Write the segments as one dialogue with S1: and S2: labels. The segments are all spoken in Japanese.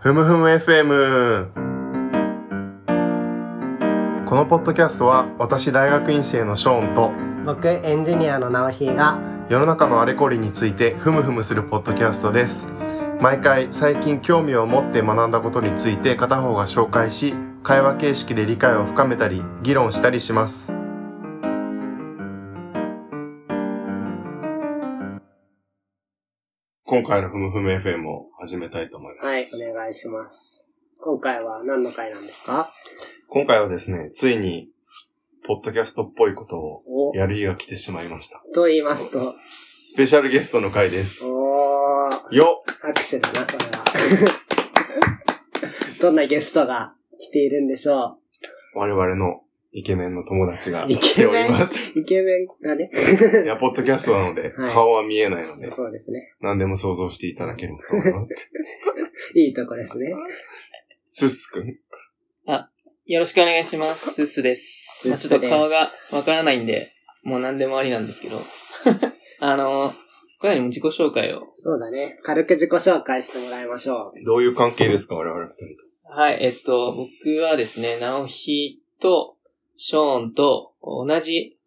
S1: ふむふむ FM このポッドキャストは私大学院生のショーンと
S2: 僕エンジニアの直ひが
S1: 世の中のあれこれについてふむふむするポッドキャストです毎回最近興味を持って学んだことについて片方が紹介し会話形式で理解を深めたり議論したりします今回のふむふむ FM を始めたいと思います。
S2: はいお願いします今回は何の回なんですか
S1: 今回はですね、ついに、ポッドキャストっぽいことを
S2: お
S1: やる日が来てしまいました。
S2: と言いますと
S1: スペシャルゲストの回です。
S2: おー
S1: よっ
S2: 拍手だなこれは どんなゲストが来ているんでしょ
S1: 我々のイケメンの友達が
S2: イ
S1: 来
S2: ケ
S1: てお
S2: メン
S1: ります。
S2: うイケメンだね
S1: いや、ポッドキャストなので、
S2: はい
S1: 顔は見えないので、
S2: そうですね
S1: 何でも想像していただければと思います。
S2: いいとこですね
S1: スッスくん
S3: よろしくお願いします。スッスです。まあ
S2: スッス
S3: ちょっと
S2: です
S3: 顔がわからないんで、もう何でもありなんですけど。 あの、これよりも自己紹介を。
S2: そうだね軽く自己紹介してもらいましょ
S1: どういう関係ですか我々二人
S3: はい、えっと、僕はですね、ナオヒとショーンと同じ、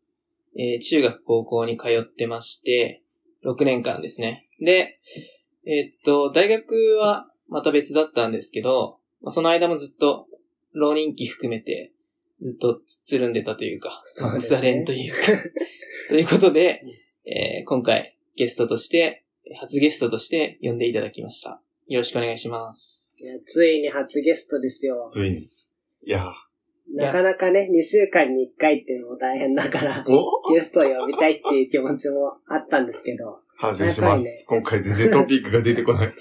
S3: えー中学高校に通ってまして、6年間ですね。で、えっと、大学はまた別だったんですけど、まあその間もずっと、浪人期含めて、ずっとつるんでたというか、
S2: そうですね
S3: されんというか、 ということで、えー今回ゲストとして、初ゲストとして呼んでいただきました。よろしくお願いします。
S2: ういやついに初ゲストですよ
S1: ついに。いやー、
S2: なかなかね2週間に1回っていうのも大変だから
S1: お
S2: ゲストを呼びたいっていう気持ちもあったんですけど、
S1: 反省します。今回全然トピックが出て こない。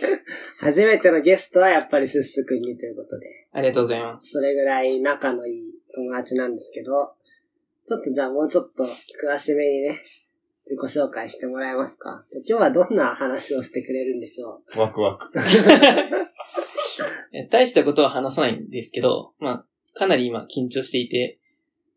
S2: 初めてのゲストはやっぱりすっすくんにということで、
S3: ありがとうございます。
S2: それぐらい仲のいい友達なんですけど、ちょっとじゃあもうちょっと詳しめにね、自己紹介してもらえますかで今日はどんな話をしてくれるんでしょ
S1: ワクワク。
S3: え大したことは話さないんですけど、まあ、かなり今緊張していて、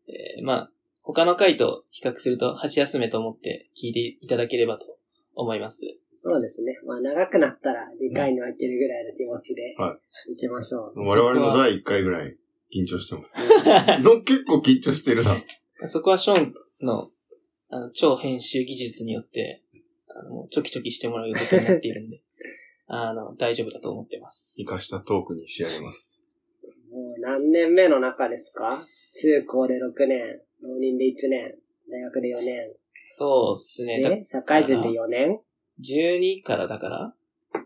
S3: えーまあ、他の回と比較すると箸休めと思って聞いていただければと思います。
S2: うそうですね。まあ長くなったら理回に分けるぐらいの気持ちで
S1: は、
S2: 行きましょう。
S1: 我々の第1回ぐらい緊張してます。 の結構緊張してるな。
S3: そこはショーンのあの超編集技術によって、あのチョキチョキしてもらうことになっているんで、 あの、大丈夫だと思ってます
S1: 生。かしたトークに仕上げます。
S2: もう何年目の中ですか中高で6年、浪人で1年、大学で4年。
S3: そうですね。だ
S2: ね、社会人で4年
S3: 12からだから、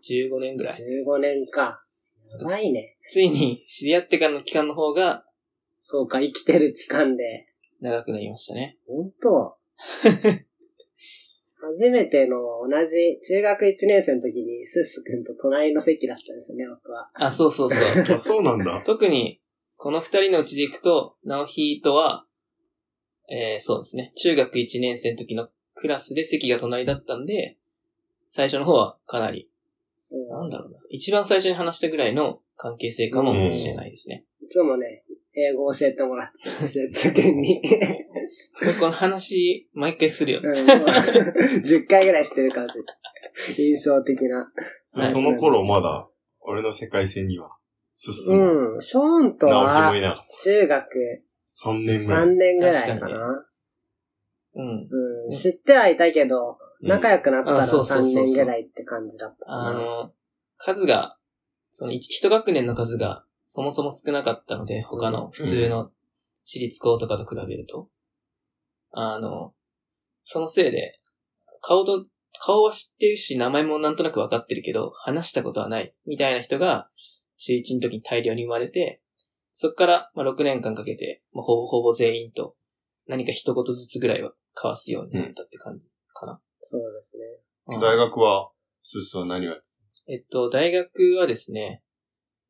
S3: 15年ぐらい。
S2: ?15 年か。やばいね。
S3: ついに知り合ってからの期間の方が
S2: そうか、生きてる期間で。
S3: 長くなりましたね。
S2: ほん と。初めての同じ中学1年生の時にスッス君と隣の席だったんですよね、僕は。
S3: あ、そうそうそう。
S1: あ、そうなん だ。
S3: 特に、この二人のうちで行くと、ナオヒとは、えー、そうですね。中学1年生の時のクラスで席が隣だったんで、最初の方はかなり、
S2: そう
S3: なんだろうな。一番最初に話したぐらいの関係性かもしれないですね。
S2: いつもね、英語教えてもらってたんですよ、スッス君 に。
S3: この話、毎回するよ
S2: う
S3: ね。
S2: ん、もう10回ぐらいしてる感じ。印象的な。
S3: はい
S1: その頃まだ、俺の世界線には、進む。
S2: うん、ショーンと
S1: 直樹
S2: は
S1: もい、なかっ
S2: 中学
S1: た。3年ぐらい。
S2: 3年ぐらいかな。
S3: 確かにねうん。
S2: うん、知ってはいたけど、
S1: うん
S2: 仲良くなったら
S3: あそう
S2: 3
S3: そうそうそう
S2: 年ぐらいって感じだった。
S3: あの、数が、その一一学年の数がそもそも少なかったので、他の普通の私立校とかと比べると。あの、そのせいで、顔と、顔は知ってるし、名前もなんとなく分かってるけど、話したことはない、みたいな人が、中1の時に大量に生まれて、そこから、まあ、6年間かけて、まあ、ほぼほぼ全員と、何か一言ずつぐらいは交わすようになったって感じかな。
S2: そうですね。
S3: うん
S1: 大学は、スッスは何をやって
S3: えっと、大学はですね、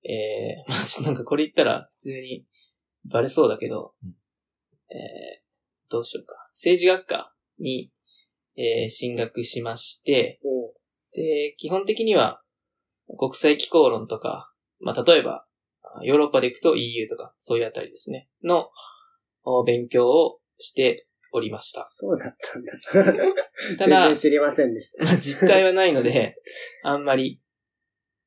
S3: えー、ま あ、なんかこれ言ったら普通にバレそうだけど、
S1: うん
S3: えー、どうしようか。政治学科に、えー進学しまして、
S2: うん。
S3: で、基本的には国際機構論とか、まあ、例えば、あヨーロッパで行くと EU とか、そういうあたりですね、のお勉強をしておりました。
S2: そうだった んだ。
S3: た
S2: 全
S3: だ
S2: 然、知りませんでした。
S3: まあ実態はないので、あんまり、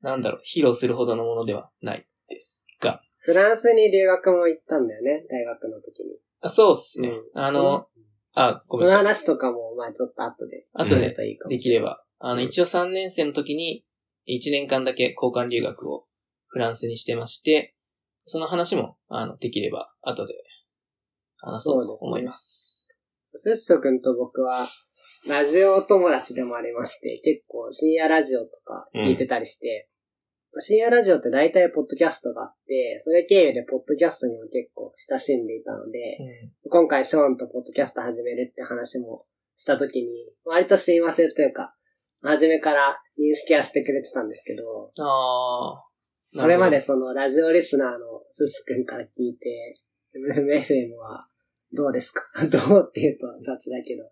S3: なんだろう、披露するほどのものではないですが、
S2: フランスに留学も行ったんだよね、大学の時に。
S3: あそうっすね。
S2: うん
S3: あの、あ、ご
S2: そ
S3: めん
S2: の
S3: なさい。
S2: 話とかも、まあちょっと後で。
S3: 後
S2: や
S3: で
S2: るといいかも
S3: できれば。あの、一応3年生の時に、1年間だけ交換留学をフランスにしてまして、その話も、あの、できれば、後で、話そうと思います。
S2: セッショ君と僕は、ラジオ友達でもありまして、結構深夜ラジオとか聞いてたりして、深夜ラジオって大体ポッドキャストがあって、それ経由でポッドキャストにも結構親しんでいたので、今回ショーンとポッドキャスト始めるって話もした時に、割と親和性というか、初めから認識はしてくれてたんですけど、
S3: うん。あー。
S2: それまで
S3: なる
S2: そのラジオリスナーのすすくんから聞いて、MMFM はどうですか どうって言うと雑だけど。
S3: ほ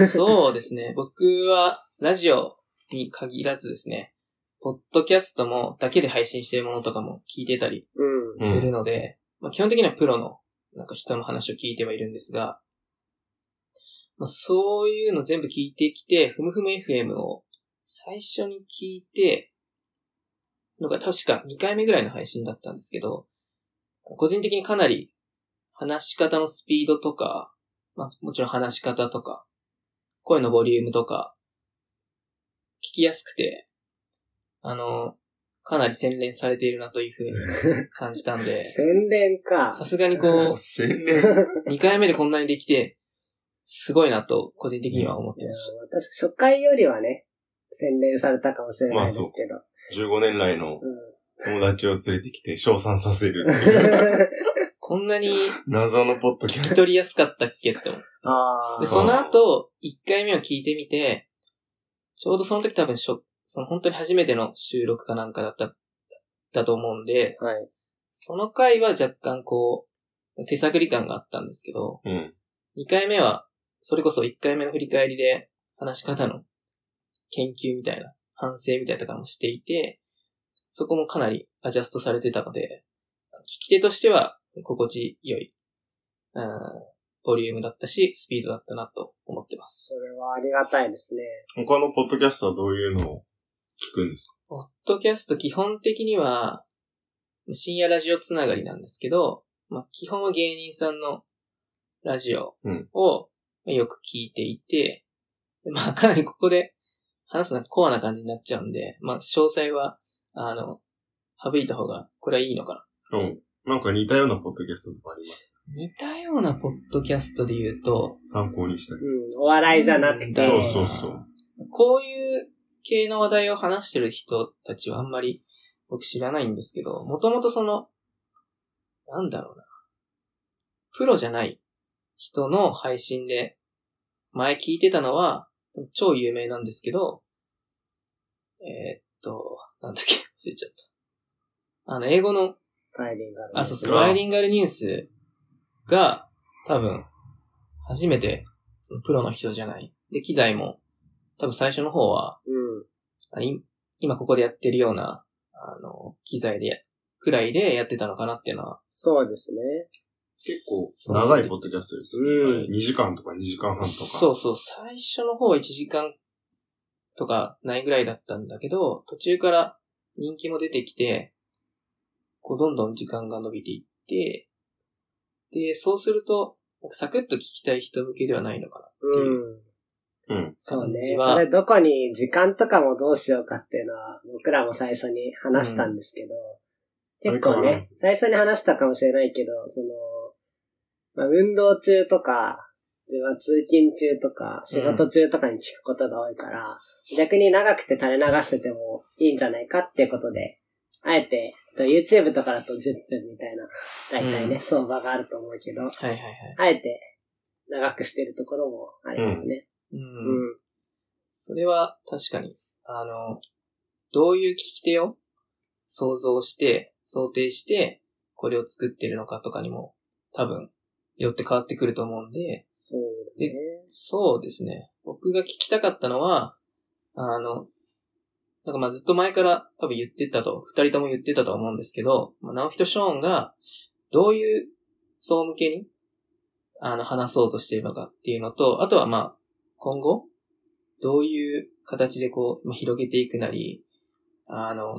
S3: ど。そうですね。僕は、ラジオに限らずですね、ポッドキャストも、だけで配信してるものとかも聞いてたり
S2: うん。
S3: するので、まあ、基本的にはプロの、なんか人の話を聞いてはいるんですが、まあ、そういうの全部聞いてきて、ふむふむ FM を最初に聞いて、のが確か2回目ぐらいの配信だったんですけど、個人的にかなり話し方のスピードとか、まあ、もちろん話し方とか、声のボリュームとか、聞きやすくて、あの、かなり洗練されているなというふうに感じたんで、
S2: 宣伝か。
S3: さすがにこ
S1: 洗練。
S3: う、2回目でこんなにできて、すごいなと、個人的には思っ
S2: い
S3: て
S2: や
S3: まし
S2: 私、初回よりはね、洗練されたかもしれないですけど。
S1: 15年来の友達を連れてきて称賛さ せるっていう
S2: うん。
S3: た。こんなに
S1: 謎のポッドキャ
S3: 聞き
S1: スト。
S3: 取りやすかったっけって思う。
S2: あ
S3: で、
S2: あ。
S3: その後、1回目を聞いてみて、ちょうどその時多分しょ、その本当に初めての収録かなんかだった、だと思うんで、
S2: はい。
S3: その回は若干こう、手探り感があったんですけど、
S1: うん。
S3: 2回目は、それこそ1回目の振り返りで、話し方の研究みたいな、反省みたいなとかもしていて、そこもかなりアジャストされてたので、聞き手としては心地よい、うん、ボリュームだったし、スピードだったなと思ってま
S2: そ
S3: す。
S2: れはありがたいですね。
S1: 他のポッドキャストはどういうのを聞くんですか
S3: ポッドキャスト基本的には、深夜ラジオつながりなんですけど、まあ、基本は芸人さんのラジオ
S1: うん
S3: をまあよく聞いていて、でまあかなりここで話すのはコアな感じになっちゃうんで、まあ詳細は、あの、省いた方が、これはいいのかな。
S1: うん。なんか似たようなポッドキャストとかあります。
S3: 似たようなポッドキャストで言うと、
S1: 参考にしたい。
S2: うん。お笑いじゃなくて。
S1: そうそうそう。
S3: こういう系の話題を話してる人たちはあんまり僕知らないんですけど、もともとその、なんだろうな。プロじゃない人の配信で、前聞いてたのは、超有名なんですけど、えーっと、なんだっけ、忘れちゃった。あの、英語の
S2: バイリンガル
S3: あ、そうそう、
S1: うん
S3: バイリンガルニュースが、多分、初めて、そのプロの人じゃない。で、機材も、多分最初の方は、
S2: うん。
S3: あい今ここでやってるような、あの、機材で、くらいでやってたのかなっていうのは。
S2: そうですね。
S1: 結構長いポッドキャストですね。
S2: うん
S1: 2時間とか2時間半とか。
S3: そうそう、最初の方は1時間とかないぐらいだったんだけど、途中から人気も出てきて、こうどんどん時間が伸びていって、で、そうすると、なんかサクッと聞きたい人向けではないのかな
S2: う
S1: う
S2: ん。
S1: ん。
S2: そうね。
S3: 感じは
S2: これどこに時間とかもどうしようかっていうのは、僕らも最初に話したんですけど、
S1: うん
S2: 結構
S1: あれか
S2: ね
S1: な、
S2: 最初に話したかもしれないけど、その、まあ、運動中とか、自分は通勤中とか、仕事中とかに聞くことが多いから、逆に長くて垂れ流しててもいいんじゃないかっていうことで、あえて、と YouTube とかだと10分みたいな、大体ね、
S3: うん
S2: 相場があると思うけど、
S3: はいはいはい。
S2: あえて長くしてるところもありますね。
S3: うん。
S2: うん
S3: それは確かに、あの、どういう聞き手を想像して、想定して、これを作ってるのかとかにも、多分、よって変わってくると思うんで、
S2: そうだね。
S3: そうですね。僕が聞きたかったのは、あの、なんかまあずっと前から多分言ってたと、二人とも言ってたと思うんですけど、まあ、直人ショーンがどういう層向けに、あの、話そうとしているのかっていうのと、あとはまあ、今後、どういう形でこう、まあ広げていくなり、あの、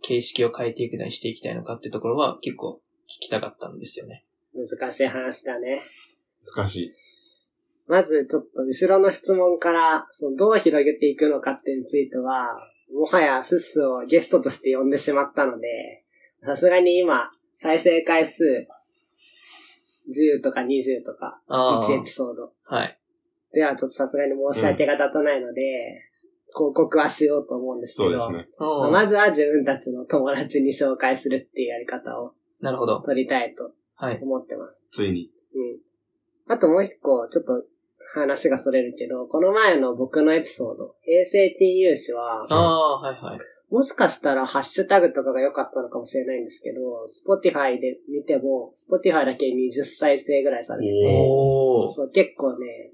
S3: 形式を変えていくなりしていきたいのかってところは結構聞きたかったんですよね。
S2: 難しい話だね。
S1: 難しい。
S2: まずちょっと後ろの質問から、そのどう広げていくのかっていうについては、もはやスッスをゲストとして呼んでしまったので、さすがに今、再生回数10とか20とか、
S3: あ
S2: 1エピソード。
S3: あ、はい。
S2: ではちょっとさすがに申し訳が立たないので、広告はしようと思うんですけ
S1: そう
S2: ど、
S1: ですね。
S3: おー
S2: まずは自分たちの友達に紹介するっていうやり方を
S3: なるほど。
S2: 取りたいと
S3: はい。
S2: 思ってます。
S1: ついに。
S2: うん。あともう一個、ちょっと話がそれるけど、この前の僕のエピソード、平成 TU 氏は、
S3: ああ、はいはい。
S2: もしかしたらハッシュタグとかが良かったのかもしれないんですけど、Spotify で見ても、Spotify だけ20再生ぐらいされてて、
S3: おー。
S2: そう結構ね、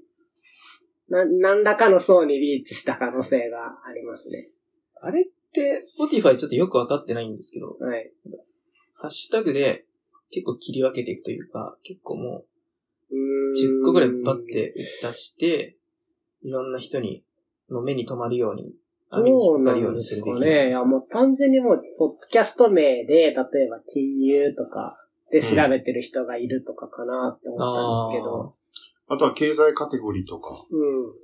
S2: な、何らかの層にリーチした可能性がありますね。
S3: あれって、Spotify ちょっとよくわかってないんですけど、
S2: はい。
S3: ハッシュタグで結構切り分けていくというか、結構も
S2: うー
S3: うん10個ぐらいバッ。て出して、いろんな人に、の目に留まるように、網に
S2: どう
S3: 引っ
S2: な
S3: かかるようん
S2: で
S3: にす
S2: す
S3: る
S2: か
S3: べきなん
S2: ね。い
S3: です
S2: や、
S3: か
S2: もう単純にもう、ポッドキャスト名で、例えば TU とかで調べてる人がいるとかかなって思ったんですけど、
S1: あとは経済カテゴリーとか、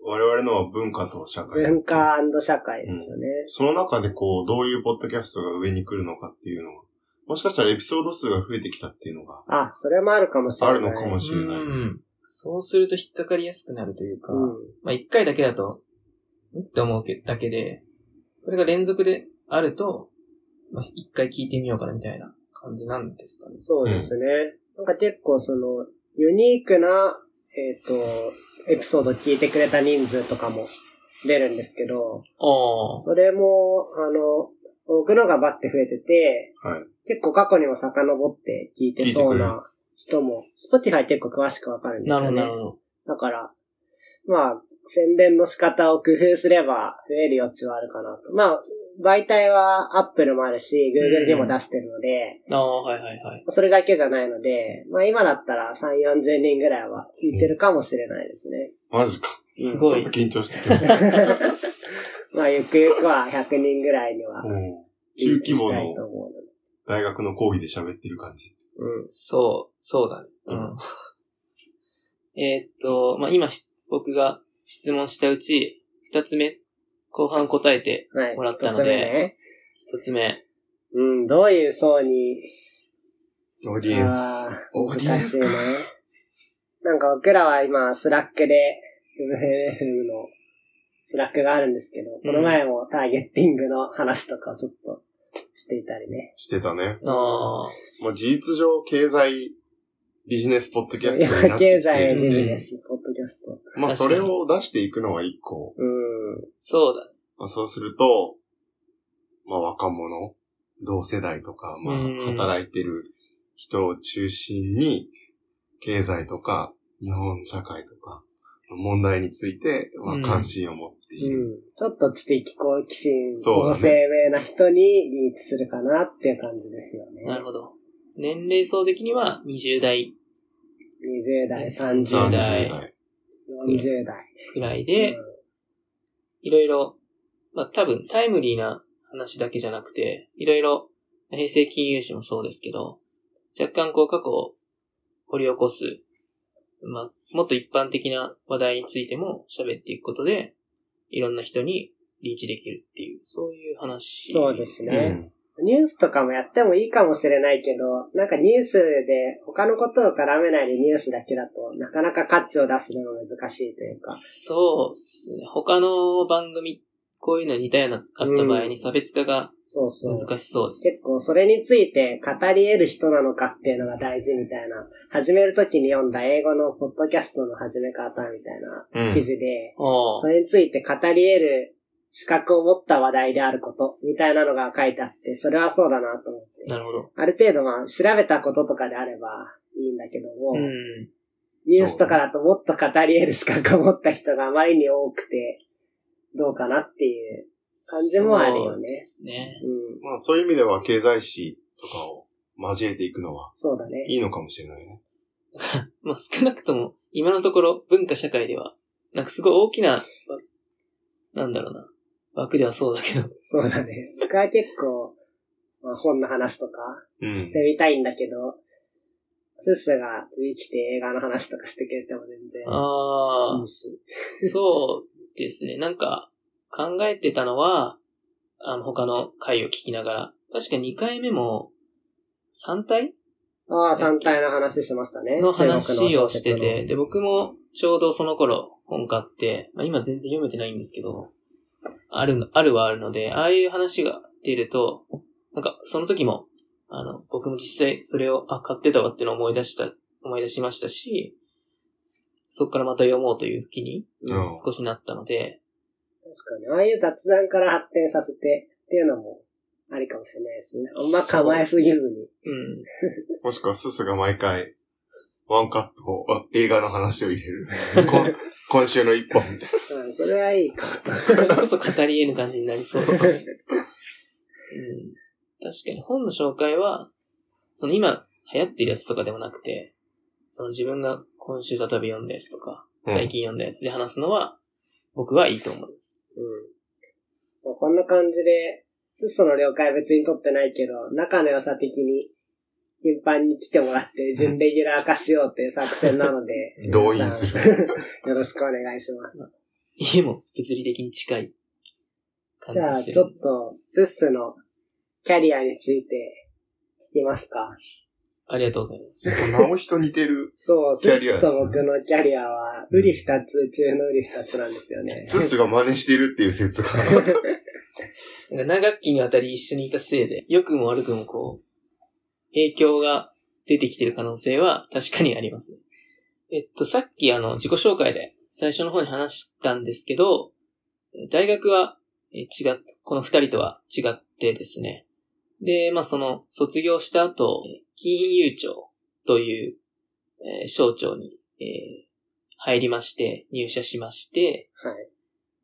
S1: 我々のは文化と社
S2: うん。
S1: 会。
S2: 文化社会ですよね。
S1: その中でこう、どういうポッドキャストが上に来るのかっていうのは、もしかしたらエピソード数が増えてきたっていうのが
S2: あ、それもあるかもしれ
S1: あ
S2: ない。
S1: るのかもしれない。
S3: うん。そうすると引っかかりやすくなるというか、
S2: うん。
S3: まあ一回だけだと、んって思うけだけで、これが連続であると、まあ一回聞いてみようかなみたいな感じなんですかね。
S2: そうですね。なんか結構その、ユニークな、えっ、と、エピソード聞いてくれた人数とかも出るんですけど、
S3: あ
S2: それも、あの、僕のがバッて増えてて、
S1: はい。
S2: 結構過去にも遡って聞いてそうな人も、Spotify 結構詳しくわかるんです
S3: なる
S2: よね
S3: ほど、なる。ほど。
S2: だから、まあ、宣伝の仕方を工夫すれば増える余地はあるかなと。まあ、媒体は Apple もあるし、Google でも出してるので、
S3: ああ、はいはいはい。
S2: それだけじゃないので、まあ今だったら3、40人ぐらいは聞いてるかもしれないですね。
S1: マジか。
S2: うん
S3: すご
S1: ちょ
S3: い
S1: っと。緊張してきました。
S2: まあゆくゆくは100人ぐらいには
S1: うん
S2: リ
S1: 中
S2: ーチ
S1: 規
S2: し
S1: 模
S2: たいと
S1: の
S2: 思うので。
S1: 大学の講義で喋ってる感じ。
S2: うん。
S3: そう、そうだね。うん。えーっと、まあ、今し、僕が質問したうち、二つ目、後半答えて、
S2: はい。
S3: もらった
S2: 一
S3: の
S2: つ
S3: で
S2: 目ね。
S3: 一つ目。
S2: うん、どういう層に。
S1: オーディエン
S2: あ
S1: ス。
S2: ー
S1: オーディエンス
S2: 難
S1: か
S2: しい。ねなんか僕らは今、スラックで、FM のスラックがあるんですけど、この前もターゲッティングの話とかをちょっとしていたりね。
S1: してたね。
S3: ああ、
S1: もう事実上、経済、ビジネスポッドキャストになってきて
S2: 経済、ビジネス、ポッドキャスト。
S1: まあ、それを出していくのは一個。
S2: うん。
S3: そうだね。
S1: まあ、そうすると、まあ、若者、同世代とか、ま
S3: うん
S1: あ、働いてる人を中心に、経済とか、日本社会とか、問題について、ま
S3: う
S1: あ、
S3: ん
S1: 関心を持っている。
S2: うん。ちょっと知的好奇心、
S1: そうだ
S2: 高
S1: ね
S2: 生命な人にリーチするかなっていう感じですよね。
S3: なるほど。年齢層的には20代
S2: 20代、
S1: 30
S2: 30代、
S3: 代
S1: 代。
S2: 40代。
S3: くらいで、
S2: うん
S3: いろいろ、まあ、多分タイムリーな話だけじゃなくて、いろいろ、平成金融史もそうですけど、若干こう過去を掘り起こす、まあ、もっと一般的な話題についても喋っていくことで、いろんな人にリーチできるっていう、そういう話。
S2: そうですね
S1: うん
S2: ニュースとかもやってもいいかもしれないけど、なんかニュースで他のことを絡めないでニュースだけだと、なかなか価値を出すのが難しいというか。
S3: そうですね。他の番組、こういうの似たような、あった場合
S2: う
S3: に
S2: ん
S3: 差別化が
S2: そうそう。
S3: 難しそうです。
S2: 結構それについて語り得る人なのかっていうのが大事みたいな、始めるときに読んだ英語のポッドキャストの始め方みたいな記事で、
S3: お
S2: そ
S3: ー
S2: れについて語り得る資格を持った話題であることみたいなのが書いてあって、それはそうだなと思って。
S3: なるほど。
S2: ある程度まあ調べたこととかであればいいんだけども、
S3: うん。
S2: ニュースとかだともっと語り得る資格を持った人があまりに多くて、どうかなっていう感じもあるよね。
S3: そうですね。
S2: うん。
S1: まあ、そういう意味では、経済史とかを交えていくのは、
S2: そうだね。
S1: いいのかもしれないね。
S3: まあ少なくとも、今のところ文化社会では、なんかすごい大きな、わなんだろうな、枠ではそうだけど、
S2: そうだね。僕は結構、まあ、本の話とか
S1: う
S2: して
S1: ん。
S2: みたいんだけど、スッスが次来て映画の話とかしてくれても全然
S3: あ
S2: い
S3: あ
S2: い、し。
S3: そうですね。なんか、考えてたのは、あの、他の回を聞きながら、確か2回目も、3体
S2: ああ、三体の話してましたね。
S3: の
S2: 中国の
S3: 話を
S2: 小
S3: し
S2: 説
S3: て
S2: の
S3: て、で、僕もちょうどその頃本買って、まあ、今全然読めてないんですけど、ある、あるはあるので、ああいう話が出ると、なんかその時も、あの、僕も実際それを、あ、買ってたわってのを思い出した、思い出しましたし、そこからまた読もうという気に
S1: うん
S3: 少しなったので、
S2: 確かに。ああいう雑談から発展させてっていうのもありかもしれないですね。あんま構えすぎず に。
S3: うん。
S1: もしくはススが毎回、ワンカット、あ映画の話を入れ る。こん今週の一本みたい
S2: うん、それはいいか。
S3: それこ そ語り得ぬ感じになり そう。うん、確かに本の紹介は、その今流行ってるやつとかでもなくて、その自分が今週再び読んだやつとか、
S1: うん
S3: 最近読んだやつで話すのは、僕はいいと思います。
S2: うん。もうこんな感じで、スッソの了解は別に取ってないけど、仲の良さ的に頻繁に来てもらって、準レギュラー化しようっていう作戦なので、
S1: な。動員する。
S2: よろしくお願いします。
S3: 家も物理的に近い感
S2: じ
S3: じ
S2: ゃあ、
S3: です
S2: ち
S3: よ
S2: ょ
S3: ね
S2: っ。と、スッスのキャリアについて聞きますか。
S3: ありがとうございます。
S1: なお人似て る。
S2: そう、ス
S1: キャ
S2: ッ
S1: リア
S2: ス
S1: ですね
S2: と僕のキャリアは、売り二つ中の売り二つなんですよね。
S1: ススが真似してるっていう説が。
S3: なんか長きにわたり一緒にいたせいで、良くも悪くもこう、影響が出てきてる可能性は確かにありますね。えっと、さっきあの、自己紹介で最初の方に話したんですけど、え大学はえ違っ、この二人とは違ってですね。で、まあその、卒業した後、え金融庁という、えー省庁に、えー入りまして、入社しまして、
S2: はい。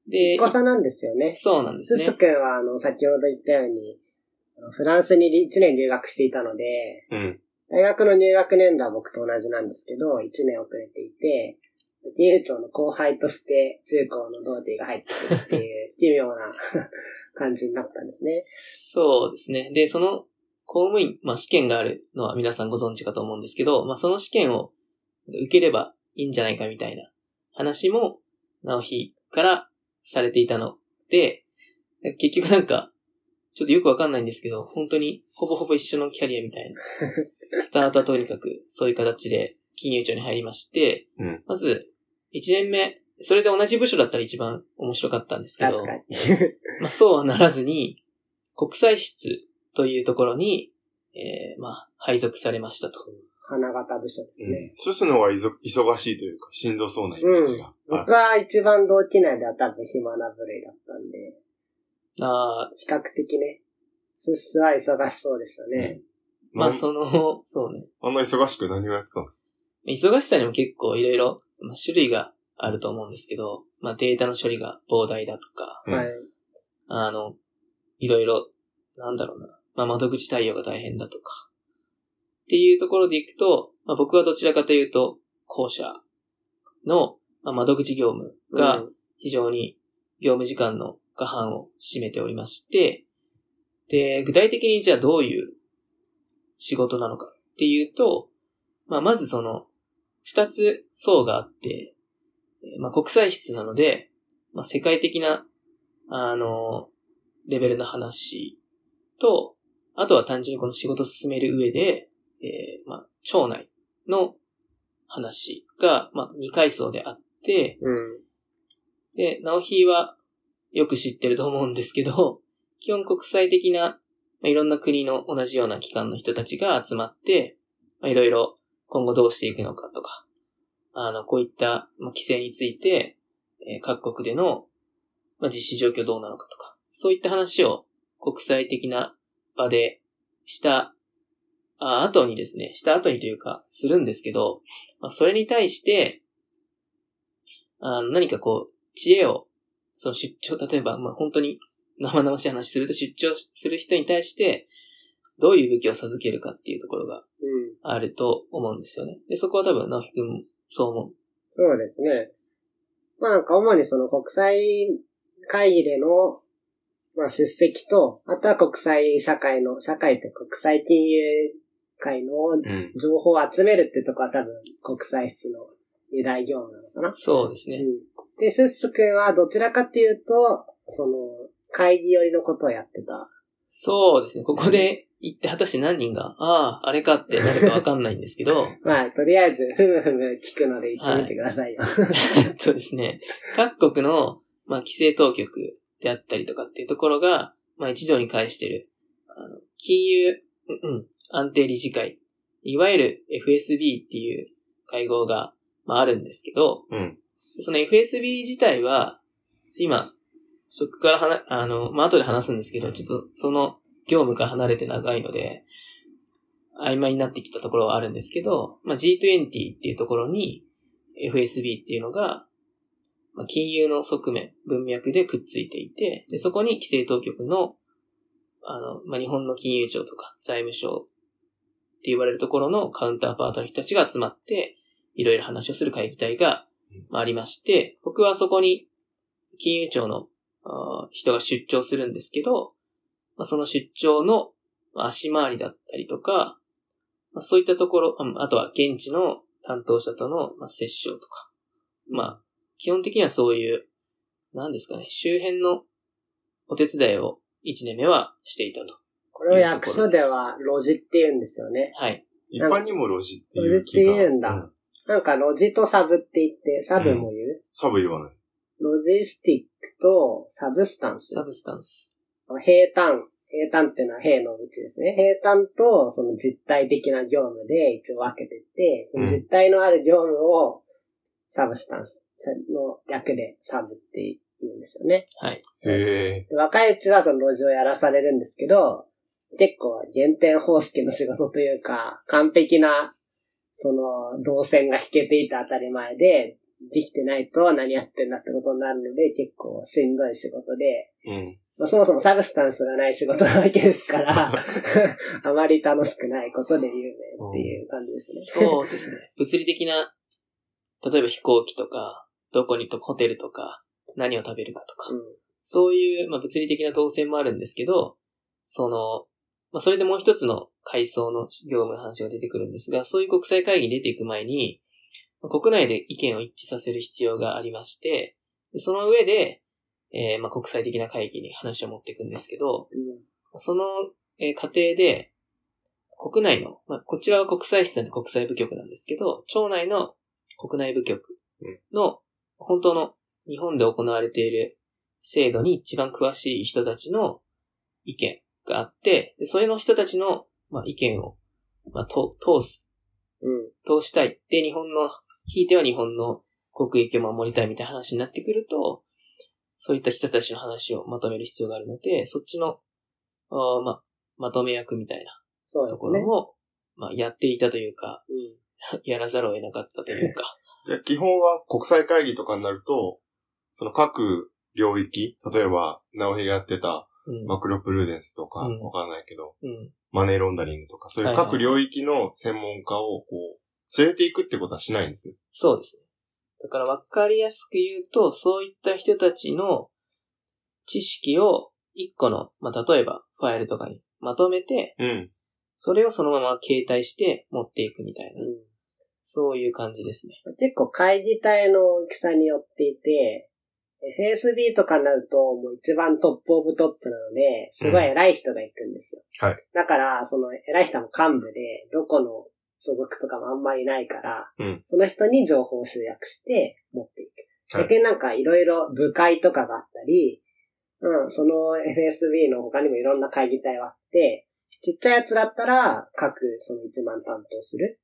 S3: で、
S2: 小さなんですよね。
S3: そうなんです
S2: ス
S3: ね。
S2: ス君は、あの、先ほど言ったように、フランスに1年留学していたので、
S1: うん。
S2: 大学の入学年度は僕と同じなんですけど、1年遅れていて、金融庁の後輩として中高の童貞が入ってくるっていう奇妙な 感じになったんですね。
S3: そうですね。で、その公務員、まあ試験があるのは皆さんご存知かと思うんですけど、まあその試験を受ければいいんじゃないかみたいな話も、直樹からされていたので、結局なんか、ちょっとよくわかんないんですけど、本当にほぼほぼ一緒のキャリアみた いな。スタートはとにかくそういう形で金融庁に入りまして、
S1: うん
S3: まず1年目、それで同じ部署だったら一番面白かったんですけど、
S2: 確かに。
S3: まあ、そうはならずに、国際室というところに、えーまあ、配属されましたと。
S2: 花形部署ですね。
S1: ススの方がいぞ忙しいというか、しんどそうなイメージが。あ
S2: 僕は一番同期内では多分暇な部類だったんで、
S3: あー
S2: 比較的ね、スッスは忙しそうでしたね。
S3: ま
S1: なん
S3: あ、その、 そうね。
S1: あんな忙しく何をやってたんです
S3: 忙しさにも結構いろいろ、まあ、種類があると思うんですけど、まあ、データの処理が膨大だとか、
S1: か
S2: はい。
S3: あの、いろいろ、なんだろうな。まあ、窓口対応が大変だとか。っていうところでいくと、まあ、僕はどちらかというと、後者の、まあ、窓口業務が、
S2: うん
S3: 非常に業務時間の過半を占めておりまして、で、具体的にじゃあどういう仕事なのかっていうと、まあ、まずその、二つ層があって、えーまあ、国際室なので、まあ、世界的な、あの、レベルの話と、あとは単純にこの仕事を進める上で、えーまあ、町内の話が、まあ、二階層であって、
S2: うん。
S3: で、ナオヒはよく知ってると思うんですけど、基本国際的な、まあ、いろんな国の同じような機関の人たちが集まって、まあ、いろいろ今後どうしていくのかとか、あの、こういった、まあ、規制について、えー各国での、まあ、実施状況どうなのかとか、そういった話を国際的な場でした、あ後にですね、した後にというか、するんですけど、まあ、それに対して、あの何かこう、知恵を、その出張、例えば、まあ、本当に生々しい話すると出張する人に対して、どういう武器を授けるかっていうところが
S2: うん。
S3: あると思うんですよね。で、そこは多分、直樹くんもそう思う。
S2: そうですね。まあなんか主にその国際会議でのまあ出席と、あとは国際社会の、社会って国際金融会の
S1: うん。
S2: 情報を集めるってとこは多分国際室の二大業務なのかな。
S3: そうです
S2: う
S3: ね。
S2: ん。で、スッス君はどちらかっていうと、その、会議寄りのことをやってた。
S3: そうですね。ここで行って果たして何人が、ああ、あれかってなるかわかんないんですけど、
S2: まあ、とりあえず、ふむふむ聞くので行ってみてくださいよ。
S3: そうですね。各国の、まあ、規制当局であったりとかっていうところが、まあ、一条に介してる、あの、金融、うん、うん、安定理事会、いわゆる FSB っていう会合が、まあ、あるんですけど、
S1: うん。
S3: その FSB 自体は、今、職からはな、あの、まあ、後で話すんですけど、ちょっとその業務から離れて長いので、曖昧になってきたところはあるんですけど、まあ、G20 っていうところに FSB っていうのが、まあ、金融の側面、文脈でくっついていて、でそこに規制当局の、あの、まあ、日本の金融庁とか財務省って言われるところのカウンターパートの人たちが集まって、いろいろ話をする会議体がまあありまして、僕はそこに金融庁のあー人が出張するんですけど、まあ、その出張のまあ足回りだったりとか、まあ、そういったところ、うんあとは現地の担当者とのまあ接触とか、まあ、基本的にはそういう、なんですかね、周辺のお手伝いを1年目はしていたと。
S2: これを役所では、路地って言うんですよね。
S3: はい。
S1: 一般にも路地っていう気が。
S2: 路地って言うんだなんか、路地とサブって言って、サブも言う、
S1: サブ言わない。
S2: ロジスティックとサブスタンス
S3: サ。ブスタンス。
S2: 平坦。平坦ってのは平の道ですね。平坦とその実体的な業務で一応分けてて、その実体のある業務をサブスタンスの略でサブって言うんですよね。
S3: はい。
S1: へえ。
S2: で若いうちはその路地をやらされるんですけど、結構減点方式の仕事というか、完璧な、その、動線が引けていた当たり前で、できてないと何やってんだってことになるので、結構しんどい仕事で、
S1: うん。
S2: まあ、そもそもサブスタンスがない仕事なわけですから、あまり楽しくないことで有名っていう感じですね。
S3: そうですね。物理的な、例えば飛行機とか、どこにとホテルとか、何を食べるかとか、そういう、まあ、物理的な動線もあるんですけど、その、まあ、それでもう一つの階層の業務の話が出てくるんですが、そういう国際会議に出ていく前に、まあ国内で意見を一致させる必要がありまして、でその上で、えーまあ、国際的な会議に話を持っていくんですけど、
S2: うん。うん
S3: その、えー過程で、国内の、まあ、こちらは国際室なんで国際部局なんですけど、町内の国内部局の、本当の日本で行われている制度に一番詳しい人たちの意見があって、でそれの人たちの、まあ、意見を、まあ、と通す
S2: うん。
S3: 通したい。で、日本の、ひいては日本の国益を守りたいみたいな話になってくると、そういった人たちの話をまとめる必要があるので、そっちの、あーまあ、まとめ役みたいな
S2: そうで
S3: と
S2: す
S3: ころ
S2: ね。
S3: を、まあ、やっていたというか、
S2: うん
S3: やらざるを得なかったという か、
S1: じゃあ基本は国際会議とかになると、その各領域、例えば、直平がやってた
S3: うん。
S1: マクロプルーデンスとか、
S3: うん
S1: わかんないけど、
S3: うん。
S1: マネーロンダリングとか、そういう各領域の専門家をこう、連れていくってことはしないんですね。
S3: そうですね。だから分かりやすく言うと、そういった人たちの知識を一個の、まあ、例えばファイルとかにまとめて、
S1: うん。
S3: それをそのまま携帯して持っていくみたいな、
S2: うん
S3: そういう感じですね。
S2: 結構会議体の大きさによっていて、FSB とかになるともう一番トップオブトップなので、すごい偉い人が行くんですよ。
S1: はい
S2: だから、その偉い人も幹部で、どこの所属とかもあんまりないから、
S1: うん
S2: その人に情報を集約して持っていく。
S1: はい
S2: 逆になんかいろいろ部会とかがあったり、うん、その FSB の他にもいろんな会議体はあって、ちっちゃいやつだったら各その一番担当する。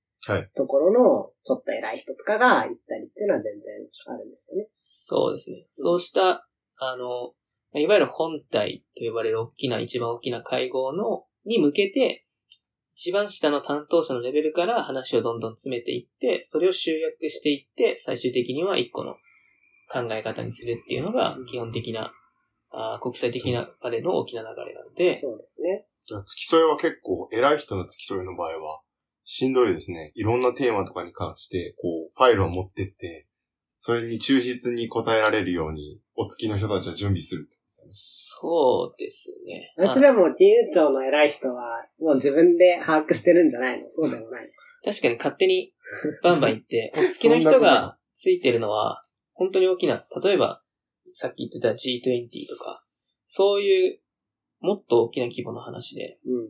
S2: ところの、ちょっと偉い人とかが行ったりっていうのは全然あるんですよね。
S3: そうですね。そうした、あの、いわゆる本体と呼ばれる大きな、一番大きな会合の、に向けて、一番下の担当者のレベルから話をどんどん詰めていって、それを集約していって、最終的には一個の考え方にするっていうのが基本的な、あー国際的なあれの大きな流れなので、
S2: そうですね。
S1: じゃあ付き添いは結構、偉い人の付き添いの場合は、しんどいですね。いろんなテーマとかに関して、こう、ファイルを持ってって、それに忠実に答えられるように、お付きの人たちは準備するってことですよね。
S3: そうですね。
S2: あいつ
S3: まあ
S2: でも金融庁の偉い人は、もう自分で把握してるんじゃないのそうでもない。
S3: 確かに勝手にバンバン行 って、お付きの
S1: そ
S3: 人
S1: んなこと
S3: がついてるのは、本当に大きな、例えば、さっき言ってた G20 とか、そういう、もっと大きな規模の話で、
S2: うん。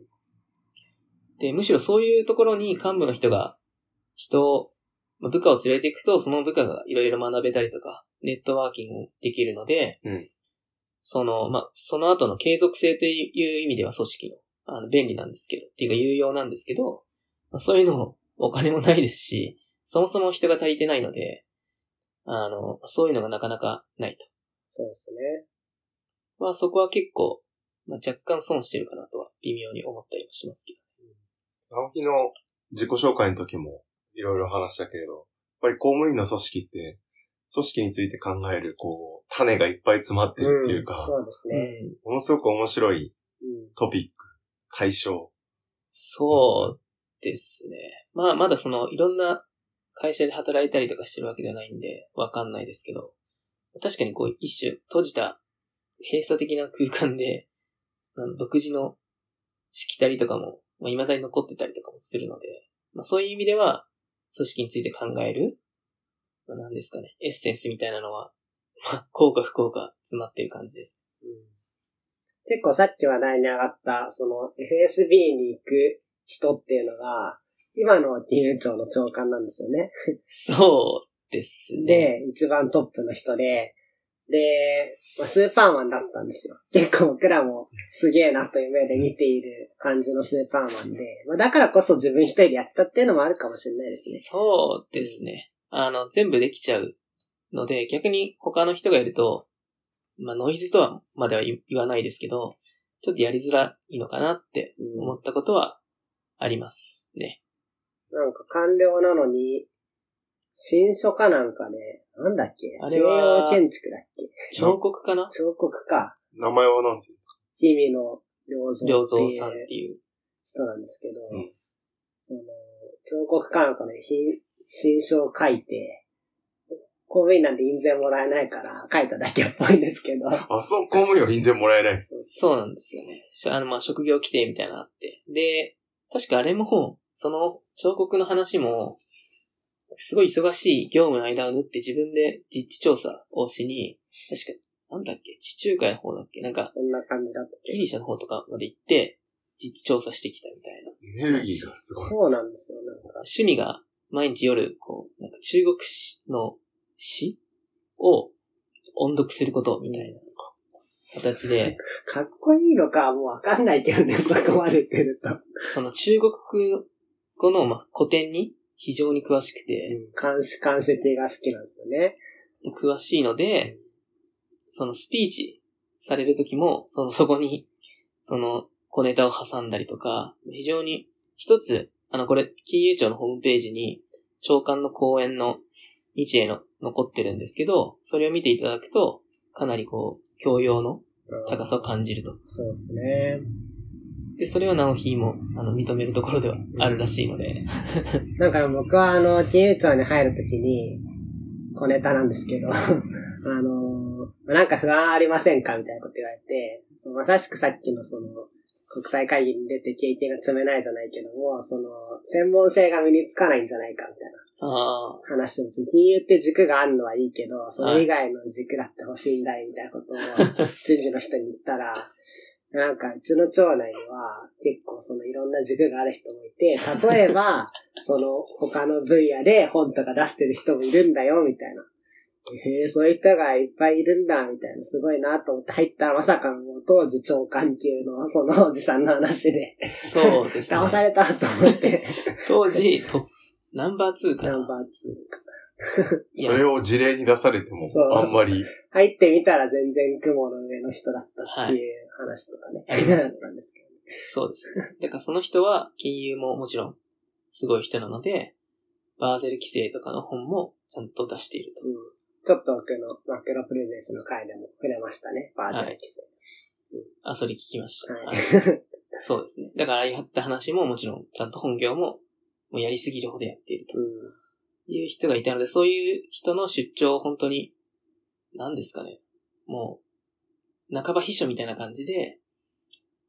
S3: で、むしろそういうところに幹部の人が、人を、まあ部下を連れていくと、その部下がいろいろ学べたりとか、ネットワーキングできるので、
S1: うん
S3: その、まあ、その後の継続性という意味では組織の、あの、便利なんですけど、っていうか有用なんですけど、まあそういうのもお金もないですし、そもそも人が足りてないので、あの、そういうのがなかなかないと。
S2: そうですね。
S3: まあ、そこは結構、まあ、若干損してるかなとは微妙に思ったりもしますけど。
S1: 青木の自己紹介の時もいろいろ話したけれど、やっぱり公務員の組織って、組織について考える、こう、種がいっぱい詰まってるっていうか、
S2: そうですね。
S3: うん
S1: ものすごく面白い
S2: うん。
S1: トピック、対象。
S3: そうですね。まあ、まだその、いろんな会社で働いたりとかしてるわけじゃないんで、わかんないですけど、確かにこう、一種閉じた、閉鎖的な空間で、その独自のしきたりとかも、まあ、未だに残ってたりとかもするので、まあ、そういう意味では、組織について考える、まあ、何ですかね、エッセンスみたいなのは、まあ、効果不効果詰まってる感じです。
S2: 結構さっき話題に上がった、その FSB に行く人っていうのが、今の金融庁の長官なんですよね。
S3: そうですね。
S2: で、一番トップの人で、で、まあ、スーパーマンだったんですよ。 結構僕らもすげえなという目で見ている感じのスーパーマンで、まあ、だからこそ自分一人でやったっていうのもあるかもしれないですね。
S3: そうですね。あの、全部できちゃうので、逆に他の人がいると、まあ、ノイズとはまでは言言わないですけど、ちょっとやりづらいのかなって
S2: うん
S3: 思ったことはありますね。
S2: なんか官僚なのに、新書かなんかね、なんだっけ
S3: あ
S2: 西
S3: れ
S2: 洋
S3: は
S2: 建築だっけ
S3: 彫刻かな
S2: 彫刻か。
S1: 名前は何て言うんですか
S2: 日々の良造
S3: 良
S2: って
S3: 造
S2: い
S3: さんっ
S2: う
S3: ていう。
S2: 人なんですけど、
S1: うん
S2: その、彫刻家なんかね、ひ新書を書いて、公務員なんて印税もらえないから書いただけっぽいんですけど、
S1: あ、そう、公務員は印税もらえない。
S3: そうなんですよね。しあの、まあ、職業規定みたいなのあって。で、確かあれも、その彫刻の話も、すごい忙しい業務の間を縫って自分で実地調査をしに、確か、なんだっけ、地中海の方だっけ、なんか、
S2: そんな感じだったっ
S3: ギ
S2: け
S3: リシャの方とかまで行って、実地調査してきたみたいな。
S1: エネルギーがすごい。
S2: そうなんですよ、なんか。
S3: 趣味が毎日夜、こう、なんか中国詩の詩を音読することみたいな形で、
S2: かっこいいのかはもうわかんないけどね、 そこまで来ると。
S3: その中国語の、まあ、古典に非常に詳しくて、
S2: 監視関節が好きなんですよね。
S3: 詳しいので、そのスピーチされる時も、そのそこに、その小ネタを挟んだりとか、非常に一つ、あのこれ、金融庁のホームページに、長官の講演の日への残ってるんですけど、それを見ていただくと、かなりこう、教養の高さを感じると。
S2: そうですね。
S3: で、それはなおひも、あの、認めるところではあるらしいので、
S2: なんか僕はあの、金融庁に入るときに、小ネタなんですけど、 あのーなんか不安ありませんかみたいなこと言われて、まさしくさっきのその、国際会議に出て経験が積めないじゃないけども、その、専門性が身につかないんじゃないかみたい
S3: ああ、
S2: な話をですね、金融って軸があるのはいいけど、それ以外の軸だって欲しいんだいみたいなことを、人事の人に言ったら、なんか、うちの町内には、結構そのいろんな軸がある人もいて、例えば、その他の分野で本とか出してる人もいるんだよ、みたいな。へえ、そういう人がいっぱいいるんだ、みたいな。すごいなと思って入ったら、まさかもう当時長官級のそのおじさんの話で、
S3: そう ですね。
S2: 騙されたと思って、
S3: 当時、トップ、ナンバー2か
S2: ナン
S3: な。
S2: バー2。
S3: い
S1: そ
S3: や
S1: れを事例に出されても
S2: そう、
S1: あんまり。
S2: 入ってみたら全然雲の上の人だったっていう話とかね。
S3: はいあります
S2: だったんですけ
S3: そうです。だからその人は金融ももちろんすごい人なので、バーゼル規制とかの本もちゃんと出していると。
S2: ど、うん、ちょっと奥のマクロプレゼンスの回でも触れましたね。バージョン規制。
S3: あ、それ聞きました。
S2: はい
S3: あのそうですね。だからああいった話ももちろんちゃんと本業ももうやりすぎるほどやっていると
S2: うん。
S3: いう人がいたので、そういう人の出張を本当に、何ですかね。もう、半ば秘書みたいな感じで、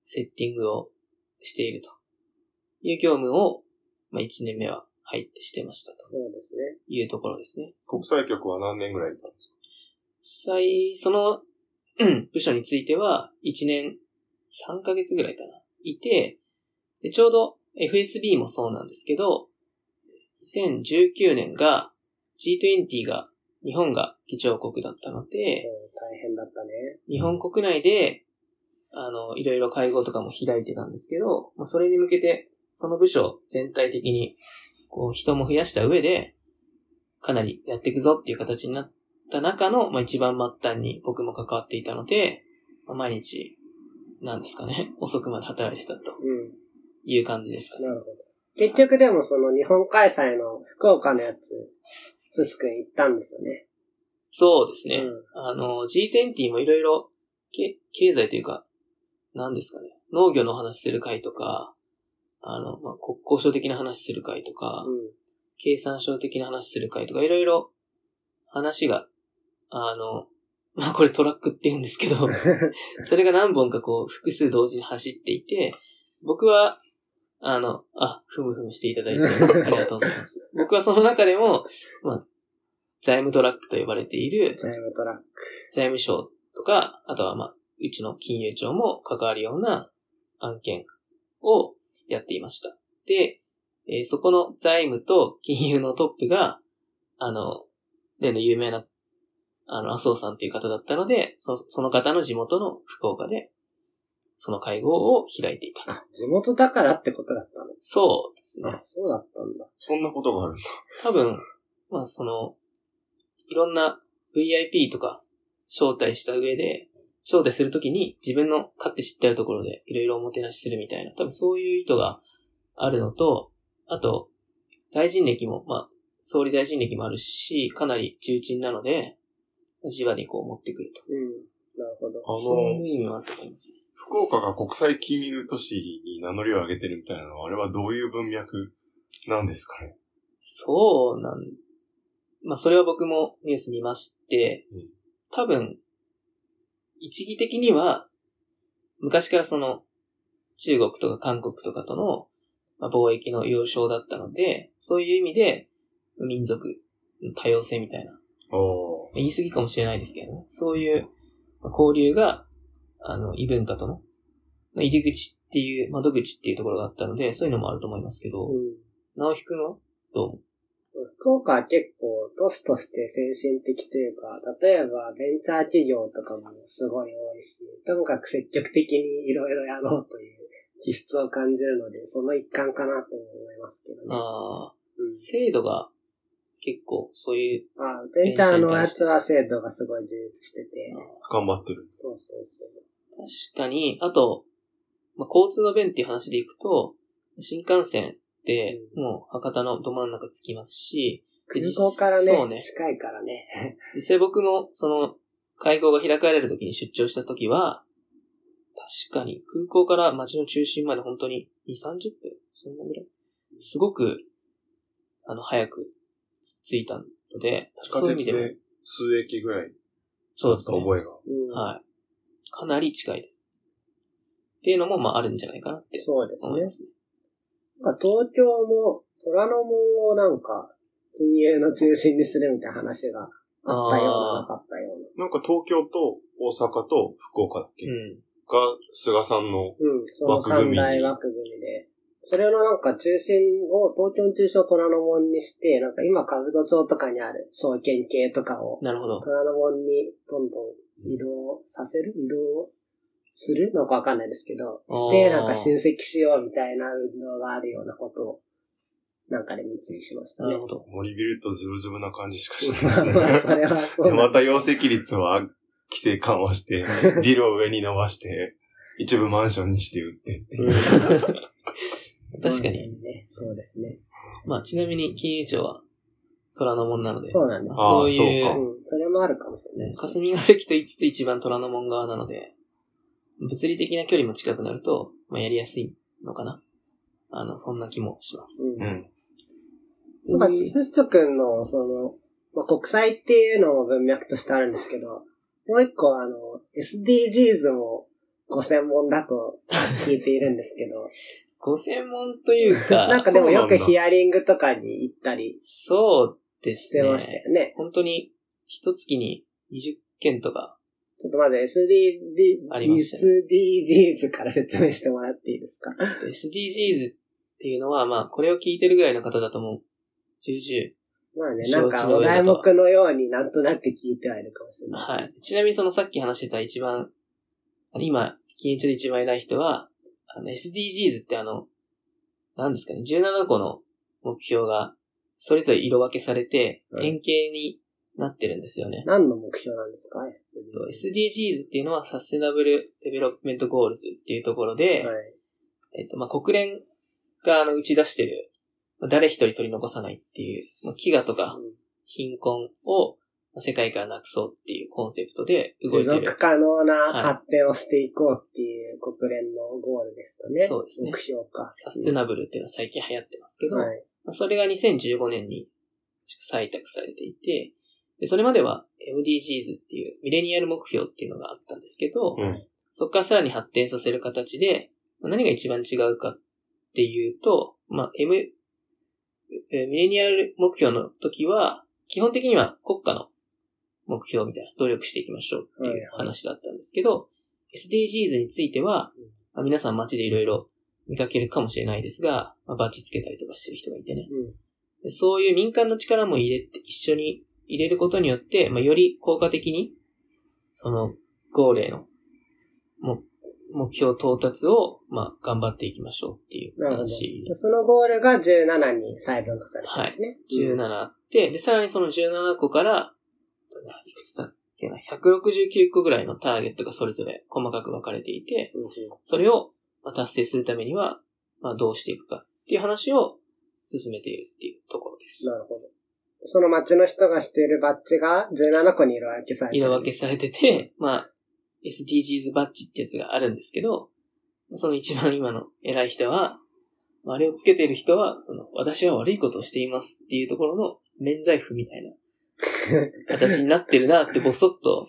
S3: セッティングをしているという業務を、まあ、1年目は入ってしてましたと
S2: そうですね。
S3: いうところですね。
S1: 国際局は何年ぐらいいたんですか
S3: 最、その、うん部署については、1年3ヶ月ぐらいかな。いて、でちょうど FSB もそうなんですけど、2019年が G20 が、日本が議長国だったので
S2: そ、う、大変だったね。
S3: 日本国内で、あの、いろいろ会合とかも開いてたんですけど、まあ、それに向けて、その部署全体的に、こう、人も増やした上で、かなりやっていくぞっていう形になった中の、まあ、一番末端に僕も関わっていたので、まあ、毎日、なんですかね、遅くまで働いてたと
S2: うん。
S3: いう感じですかね。
S2: なるほど。結局でもその日本開催の福岡のやつ、スス君行ったんですよね。
S3: そうですね。
S2: うん
S3: あの、G20 もいろいろ、け経済というか、何ですかね。農業の話する会とか、あの、まあ、国交省的な話する会とか、
S2: う
S3: 経産省的な話する会とか、いろいろ話が、あの、まあ、これトラックって言うんですけど、それが何本かこう、複数同時に走っていて、僕は、あの、あ、ふむふむしていただいて、ありがとうございます。僕はその中でも、まあ、財務トラックと呼ばれている
S2: ん。、 財務トラック。
S3: 財務省とか、あとはまあ、うちの金融庁も関わるような案件をやっていました。で、えーそこの財務と金融のトップが、あの、例の有名な、あの、麻生さんという方だったので、そその方の地元の福岡で、その会合を開いていたと。
S2: あ、地元だからってことだったの。
S3: そうですね。
S2: そうだったんだ。
S1: そんなことがあるんだ。
S3: 多分、まあその、いろんな VIP とか招待した上で、招待するときに自分の勝手知ってるところでいろいろおもてなしするみたいな、多分そういう意図があるのと、あと、大臣歴も、まあ、総理大臣歴もあるし、かなり重鎮なので、じわにこう持ってくると。
S2: うん。なるほど。
S1: あ
S3: そうい
S1: の、
S3: う意味もあると思います。
S1: 福岡が国際金融都市に名乗りを上げてるみたいなのは、あれはどういう文脈なんですかね
S3: そうなん、まあ、それは僕もニュース見まして
S1: うん、
S3: 多分、一義的には、昔からその、中国とか韓国とかとの、まあ、貿易の要衝だったので、そういう意味で、民族の多様性みたいな、まあ
S1: おー
S3: 言い過ぎかもしれないですけどね、そういうまあ交流が、あの、異文化との、まあ入り口っていう、窓口っていうところがあったので、そういうのもあると思いますけど、
S2: うん。
S3: 直樹くんはどう思う
S2: 福岡は結構都市として先進的というか、例えばベンチャー企業とかもすごい多いし、ともかく積極的にいろいろやろうという気質を感じるので、その一環かなと思いますけどね。
S3: ああ、
S2: うん
S3: 制度が結構そういう、
S2: あベンチャーのやつは制度がすごい充実してて。
S1: 頑張ってる。
S2: そうそうそう。
S3: 確かに、あと、まあ、交通の便っていう話でいくと、新幹線ってもう博多のど真ん中着きますし、で
S2: 空港からね
S3: そう、ね
S2: 近いからね。
S3: 実際僕もその会合が開かれる時に出張した時は、確かに空港から街の中心まで本当に2、30分そんなぐらいすごく、あの、早く着いたので、
S1: 地
S3: そう
S1: 下
S3: いう意
S1: 鉄
S3: 味でも、
S1: で数駅ぐらい
S3: そう
S1: だ
S3: で
S1: っ
S3: す
S1: た
S3: ね。
S1: 覚えが。
S2: うん、
S3: はい。かなり近いです。っていうのも、まあ、あるんじゃないかなって
S2: そうです
S3: 思い
S2: ね
S3: ま。すね。
S2: なんか東京も虎ノ門をなんか金融の中心にするみたいな話があったようなな
S3: ああ
S2: かったような。
S1: なんか東京と大阪と福岡だっけ、
S3: ー、うん。
S1: が、菅さんの、
S2: うん、その三大枠組みで。それのなんか中心を、東京の中心を虎ノ門にして、なんか今、兜町とかにある証券系とかを、
S3: なるほど。
S2: 虎ノ門にどんどん移動させる移動するのかわかんないですけど、して、
S3: あー
S2: なんか集積しようみたいな運動があるようなことを、なんかで見聞きしました
S3: な
S2: ね
S3: る。ほど。
S1: 森ビルとズブズブな感じしかしないですね。
S2: まあ それはそう
S1: で
S2: なん
S1: ま
S2: で
S1: た
S2: す
S1: 容積率は規制緩和して、ビルを上に伸ばして、一部マンションにして売ってっていう。
S3: 確かに。
S2: ね。そうですね。
S3: まあ、ちなみに、金融庁は、虎ノ門なので、
S2: そうなんです。
S1: あ
S3: そう
S1: そう
S2: う
S1: か
S3: い、
S2: ん、それもあるかもしれないうですね。
S3: 霞が関と言いつつ一番虎ノ門側なので、物理的な距離も近くなると、まあ、やりやすいのかな。あの、そんな気もします。
S2: うん
S1: うん。
S3: うん
S2: まあ、スッチョ君の、その、まあ、国際っていうのも文脈としてあるんですけど、もう一個はあの、SDGs もご専門だと聞いているんですけ ど、
S3: ご専門という か、
S2: なんかでもよ
S1: そう
S2: く
S1: なんだ
S2: ヒアリングとかに行ったり
S3: そうで
S2: し
S3: す
S2: てました
S3: ね。
S2: よね。
S3: 本当に、一月に20件とか、
S2: ちょっとまず SDD
S3: ありました
S2: SDGs から説明してもらっていいですか
S3: SDGs っていうのは、まあ、これを聞いてるぐらいの方だともう、重々。
S2: まあね、な
S3: 承知の
S2: ん
S3: 上だ
S2: か
S3: と
S2: お題目のようになんとなく聞いてはいるかもしれないです
S3: はい。ちなみにそのさっき話してた一番、あの今、禁煙中で一番偉い人は、あの SDGs ってあの、何ですかね、17個の目標が、それぞれ色分けされて、
S1: はい
S3: 円形になってるんですよね。
S2: 何の目標なんですか ?SDGs。
S3: SDGs っていうのはサステナブルデベロップメントゴールズっていうところで、
S2: はい。
S3: えっと、まあ、国連があの打ち出してる、まあ誰一人取り残さないっていう、まあ、飢餓とか
S2: うん
S3: 貧困をまあ世界からなくそうっていうコンセプトで動
S2: 持
S3: いてる。
S2: 続可能な
S3: はい
S2: 発展をしていこうっていう国連のゴールですよね。
S3: そうですね
S2: 目標か。
S3: サステナブルっていうのは最近流行ってますけど、
S2: はい。
S3: まあそれが2015年に採択されていて、でそれまでは MDGs っていうミレニアル目標っていうのがあったんですけど、
S1: うん
S3: そこからさらに発展させる形で、まあ何が一番違うかっていうと、まあ、M、えーミレニアル目標の時は、基本的には国家の目標みたいな、努力していきましょうっていう話だったんですけど、SDGs については、まあ皆さん街でいろいろ見かけるかもしれないですが、まあ、バッチつけたりとかしてる人がいてね。
S2: うん。
S3: でそういう民間の力も入れて、一緒に入れることによって、まあ、より効果的に、その、ゴールへの、も、目標到達を、まあ、頑張っていきましょうっていう
S2: なるほど。
S3: 話。
S2: でそのゴールが17に細分化されてるんですね。
S3: 17あって、で、さらにその17個から、いくつだっけな、169個ぐらいのターゲットがそれぞれ細かく分かれていて、
S2: うん。
S3: それをまあ達成するためには、まあ、どうしていくかっていう話を進めているっていうところです。
S2: なるほど。その街の人がしているバッジが17個に色分けされてる
S3: 色
S2: ん
S3: 分
S2: で
S3: け
S2: す。
S3: されてて、まあ、SDGs バッジってやつがあるんですけど、その一番今の偉い人は、まああれをつけてる人は、その、私は悪いことをしていますっていうところの免罪符みたいな形になってるなってぼそっと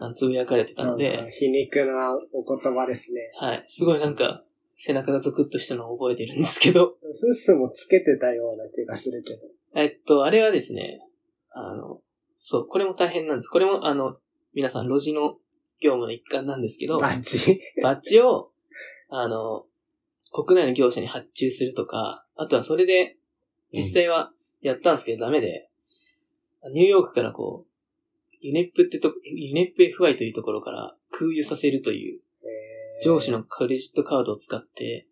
S3: あのつぶやかれてたの
S2: なんか
S3: で、
S2: 皮肉なお言葉ですね。
S3: はい。すごいなんか、背中がゾクッとしたのを覚えてるんですけど、
S2: スッスもつけてたような気がするけど。
S3: えっと、あれはですね、あの、そう、これも大変なんです。これも、あの、皆さん、路地の業務の一環なんですけど、
S2: バッジ
S3: バッジを、あの、国内の業者に発注するとか、あとはそれで、実際はやったんですけどダメで、ニューヨークからこう、ユネップってと、ユネップ FY というところから空輸させるという、上司のクレジットカードを使って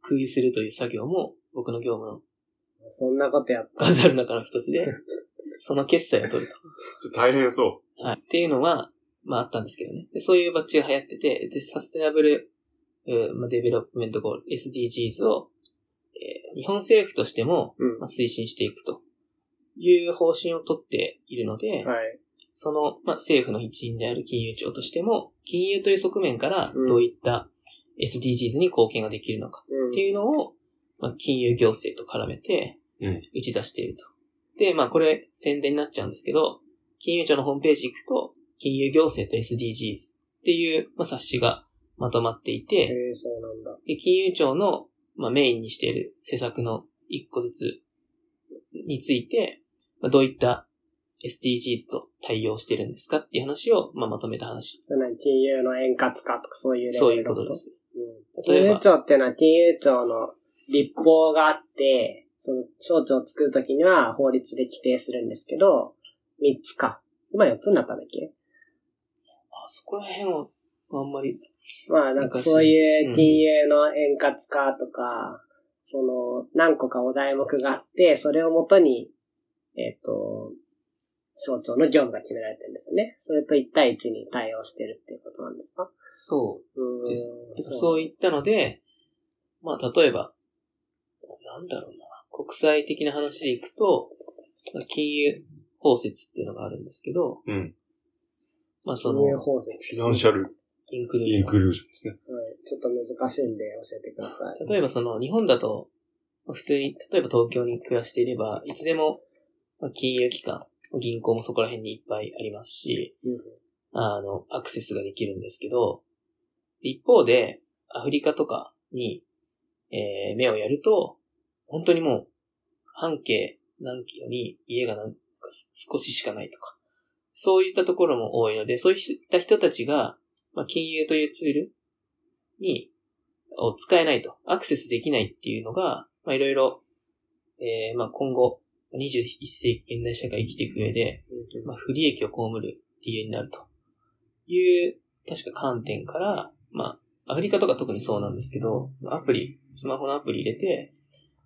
S3: 空輸するという作業も僕の業務の
S2: そんなことやっ
S3: ガザルの中の一つで、その決済を取る
S1: それ大変そ
S3: と。はい。っていうのは、まああったんですけどね。でそういうバッジが流行ってて、で、サステナブル、うんまあ、デベロップメントゴール、SDGs を、えー日本政府としても、
S2: うん
S3: まあ、推進していくという方針をとっているので、
S2: た。はい。
S3: その、まあ、政府の一員である金融庁としても、金融という側面から
S2: うん
S3: どういった SDGs に貢献ができるのか、
S2: うん
S3: っていうのを、まあ、金融行政と絡めて
S1: うん、
S3: 打ち出していると。で、まあ、これ宣伝になっちゃうんですけど、金融庁のホームページ行くと、金融行政と SDGs っていう、まあ、冊子がまとまっていて、
S2: へえそうなんだ。
S3: で金融庁の、まあ、メインにしている施策の一個ずつについて、まあ、どういった SDGs と対応してるんですかっていう話を、まあ、まとめた話。
S2: それなに金融の円滑化とかそういうレ
S3: そう
S2: ベ
S3: い
S2: ル
S3: う
S2: の
S3: ことです。
S2: うん
S3: 例えば
S2: 金融庁っていうのは金融庁の立法があって、その省庁を作るときには法律で規定するんですけど、3つか。今4つになったんだっけ
S3: あそこら辺は、あんまり、
S2: まあなんかそういう金融の円滑化とか、その何個かお題目があって、それをもとに、えっ、と、省庁の業務が決められてるんですよね。それと1対1に対応してるっていうことなんですか
S3: そう
S2: うーん
S3: で。そういったので、まあ、例えば、なんだろうな、国際的な話でいくと、まあ金融包摂っていうのがあるんですけど、
S1: う。うん。
S3: まあ、そ
S2: 金
S3: の、
S2: 融法制。
S1: フィナンシャル
S3: インクルー
S1: イ
S3: ジ
S1: ン
S3: ョ
S1: クルージョンですね。
S2: はいちょっと難しいんで教えてください。
S3: ン。例えば、その、日本だと、普通に、例えば東京に暮らしていれば、いつでも、まあ金融機関、銀行もそこら辺にいっぱいありますし、
S2: うん
S3: あの、アクセスができるんですけど、一方で、アフリカとかに、えー目をやると、本当にもう、半径何キロに家がなんかす少ししかないとか、そういったところも多いので、そういった人たちが、まあ、金融というツールに、を使えないと、アクセスできないっていうのが、まあ、いろいろ、えーまあ、今後、21世紀現代社会生きていく上で、まあ、不利益を被る理由になるという、確か観点から、まあ、アフリカとか特にそうなんですけど、アプリ、スマホのアプリ入れて、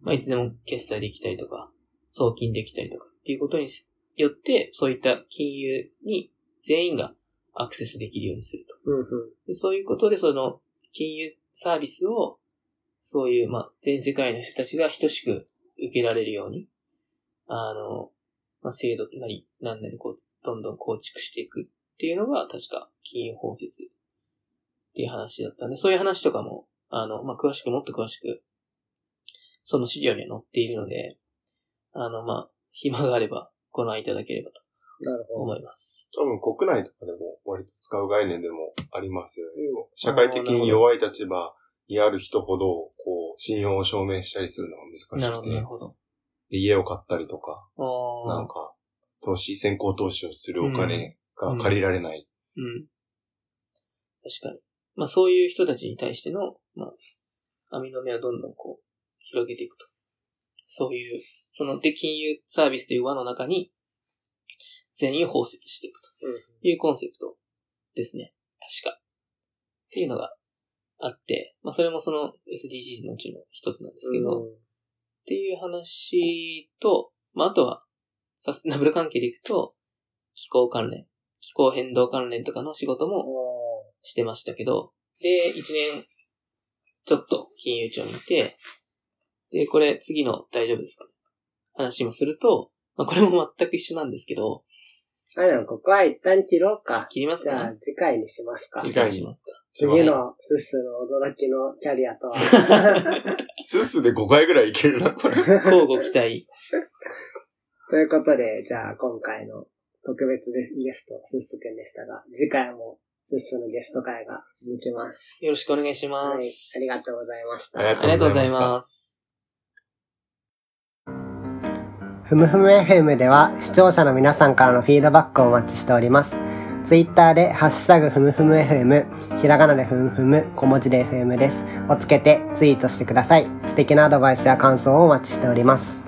S3: まあ、いつでも決済できたりとか、送金できたりとかっていうことによって、そういった金融に全員がアクセスできるようにすると。
S2: うんうん。
S3: でそういうことで、その、金融サービスを、そういう、まあ、全世界の人たちが等しく受けられるように、あの、まあ、制度なり、なんなり、こう、どんどん構築していくっていうのが、確か、金融包摂っていう話だったんで、そういう話とかも、あの、まあ、詳しく、もっと詳しく、その資料には載っているので、あの、まあ、暇があれば、ご覧いただければと
S2: なるほど。
S3: 思います。
S1: 多分国内とかでも割と使う概念でもありますよね。社会的に弱い立場にある人ほど、こう、信用を証明したりするの
S3: な
S1: が
S3: るほ
S1: 難し
S3: ど、な
S1: く
S3: る
S1: て、
S3: ほど。
S1: で家を買ったりとか、
S3: あ
S1: な
S3: あ
S1: んか、投資、先行投資をするお金が借りられない。
S3: うん。確かに。まあそういう人たちに対しての、まあ、網の目をどんどんこう、広げていくと。そういう、その、で、金融サービスという輪の中に、全員包摂していくというコンセプトですね。確か。っていうのがあって、まあそれもその SDGs のうちの一つなんですけど、
S2: うん
S3: っていう話と、まあ、あとは、サステナブル関係でいくと、気候関連、気候変動関連とかの仕事も
S2: お
S3: してましたけど、で、1年、ちょっと金融庁にいて、で、これ次の大丈夫ですかね話もすると、まあ、これも全く一緒なんですけど、
S2: ーあ、でもここは一旦切ろうか。
S3: 切ります
S2: じゃ
S3: か
S2: あ次回にしますか。
S1: 次回
S3: お願いしますか
S2: 次
S1: すいま
S2: のスッスの驚きのキャリアと は。
S1: せんスースーで5回ぐらいいけるな、これ。
S3: 交互期待。
S2: ということで、じゃあ今回の特別ゲスト、スッスくんでしたが、次回もスッスのゲスト会が続きます。
S3: よろしくお願いし
S2: は
S3: ま
S2: い
S3: す。。
S2: ありがとうございました。
S1: ありが
S3: ありがとうございます。
S2: ふむふむ FM では視聴者の皆さんからのフィードバックをお待ちしております。ツイッターでハッシュタグふむふむ FM、ひらがなでふむふむ、小文字で FM です。をつけてツイートしてください。素敵なアドバイスや感想をお待ちしております。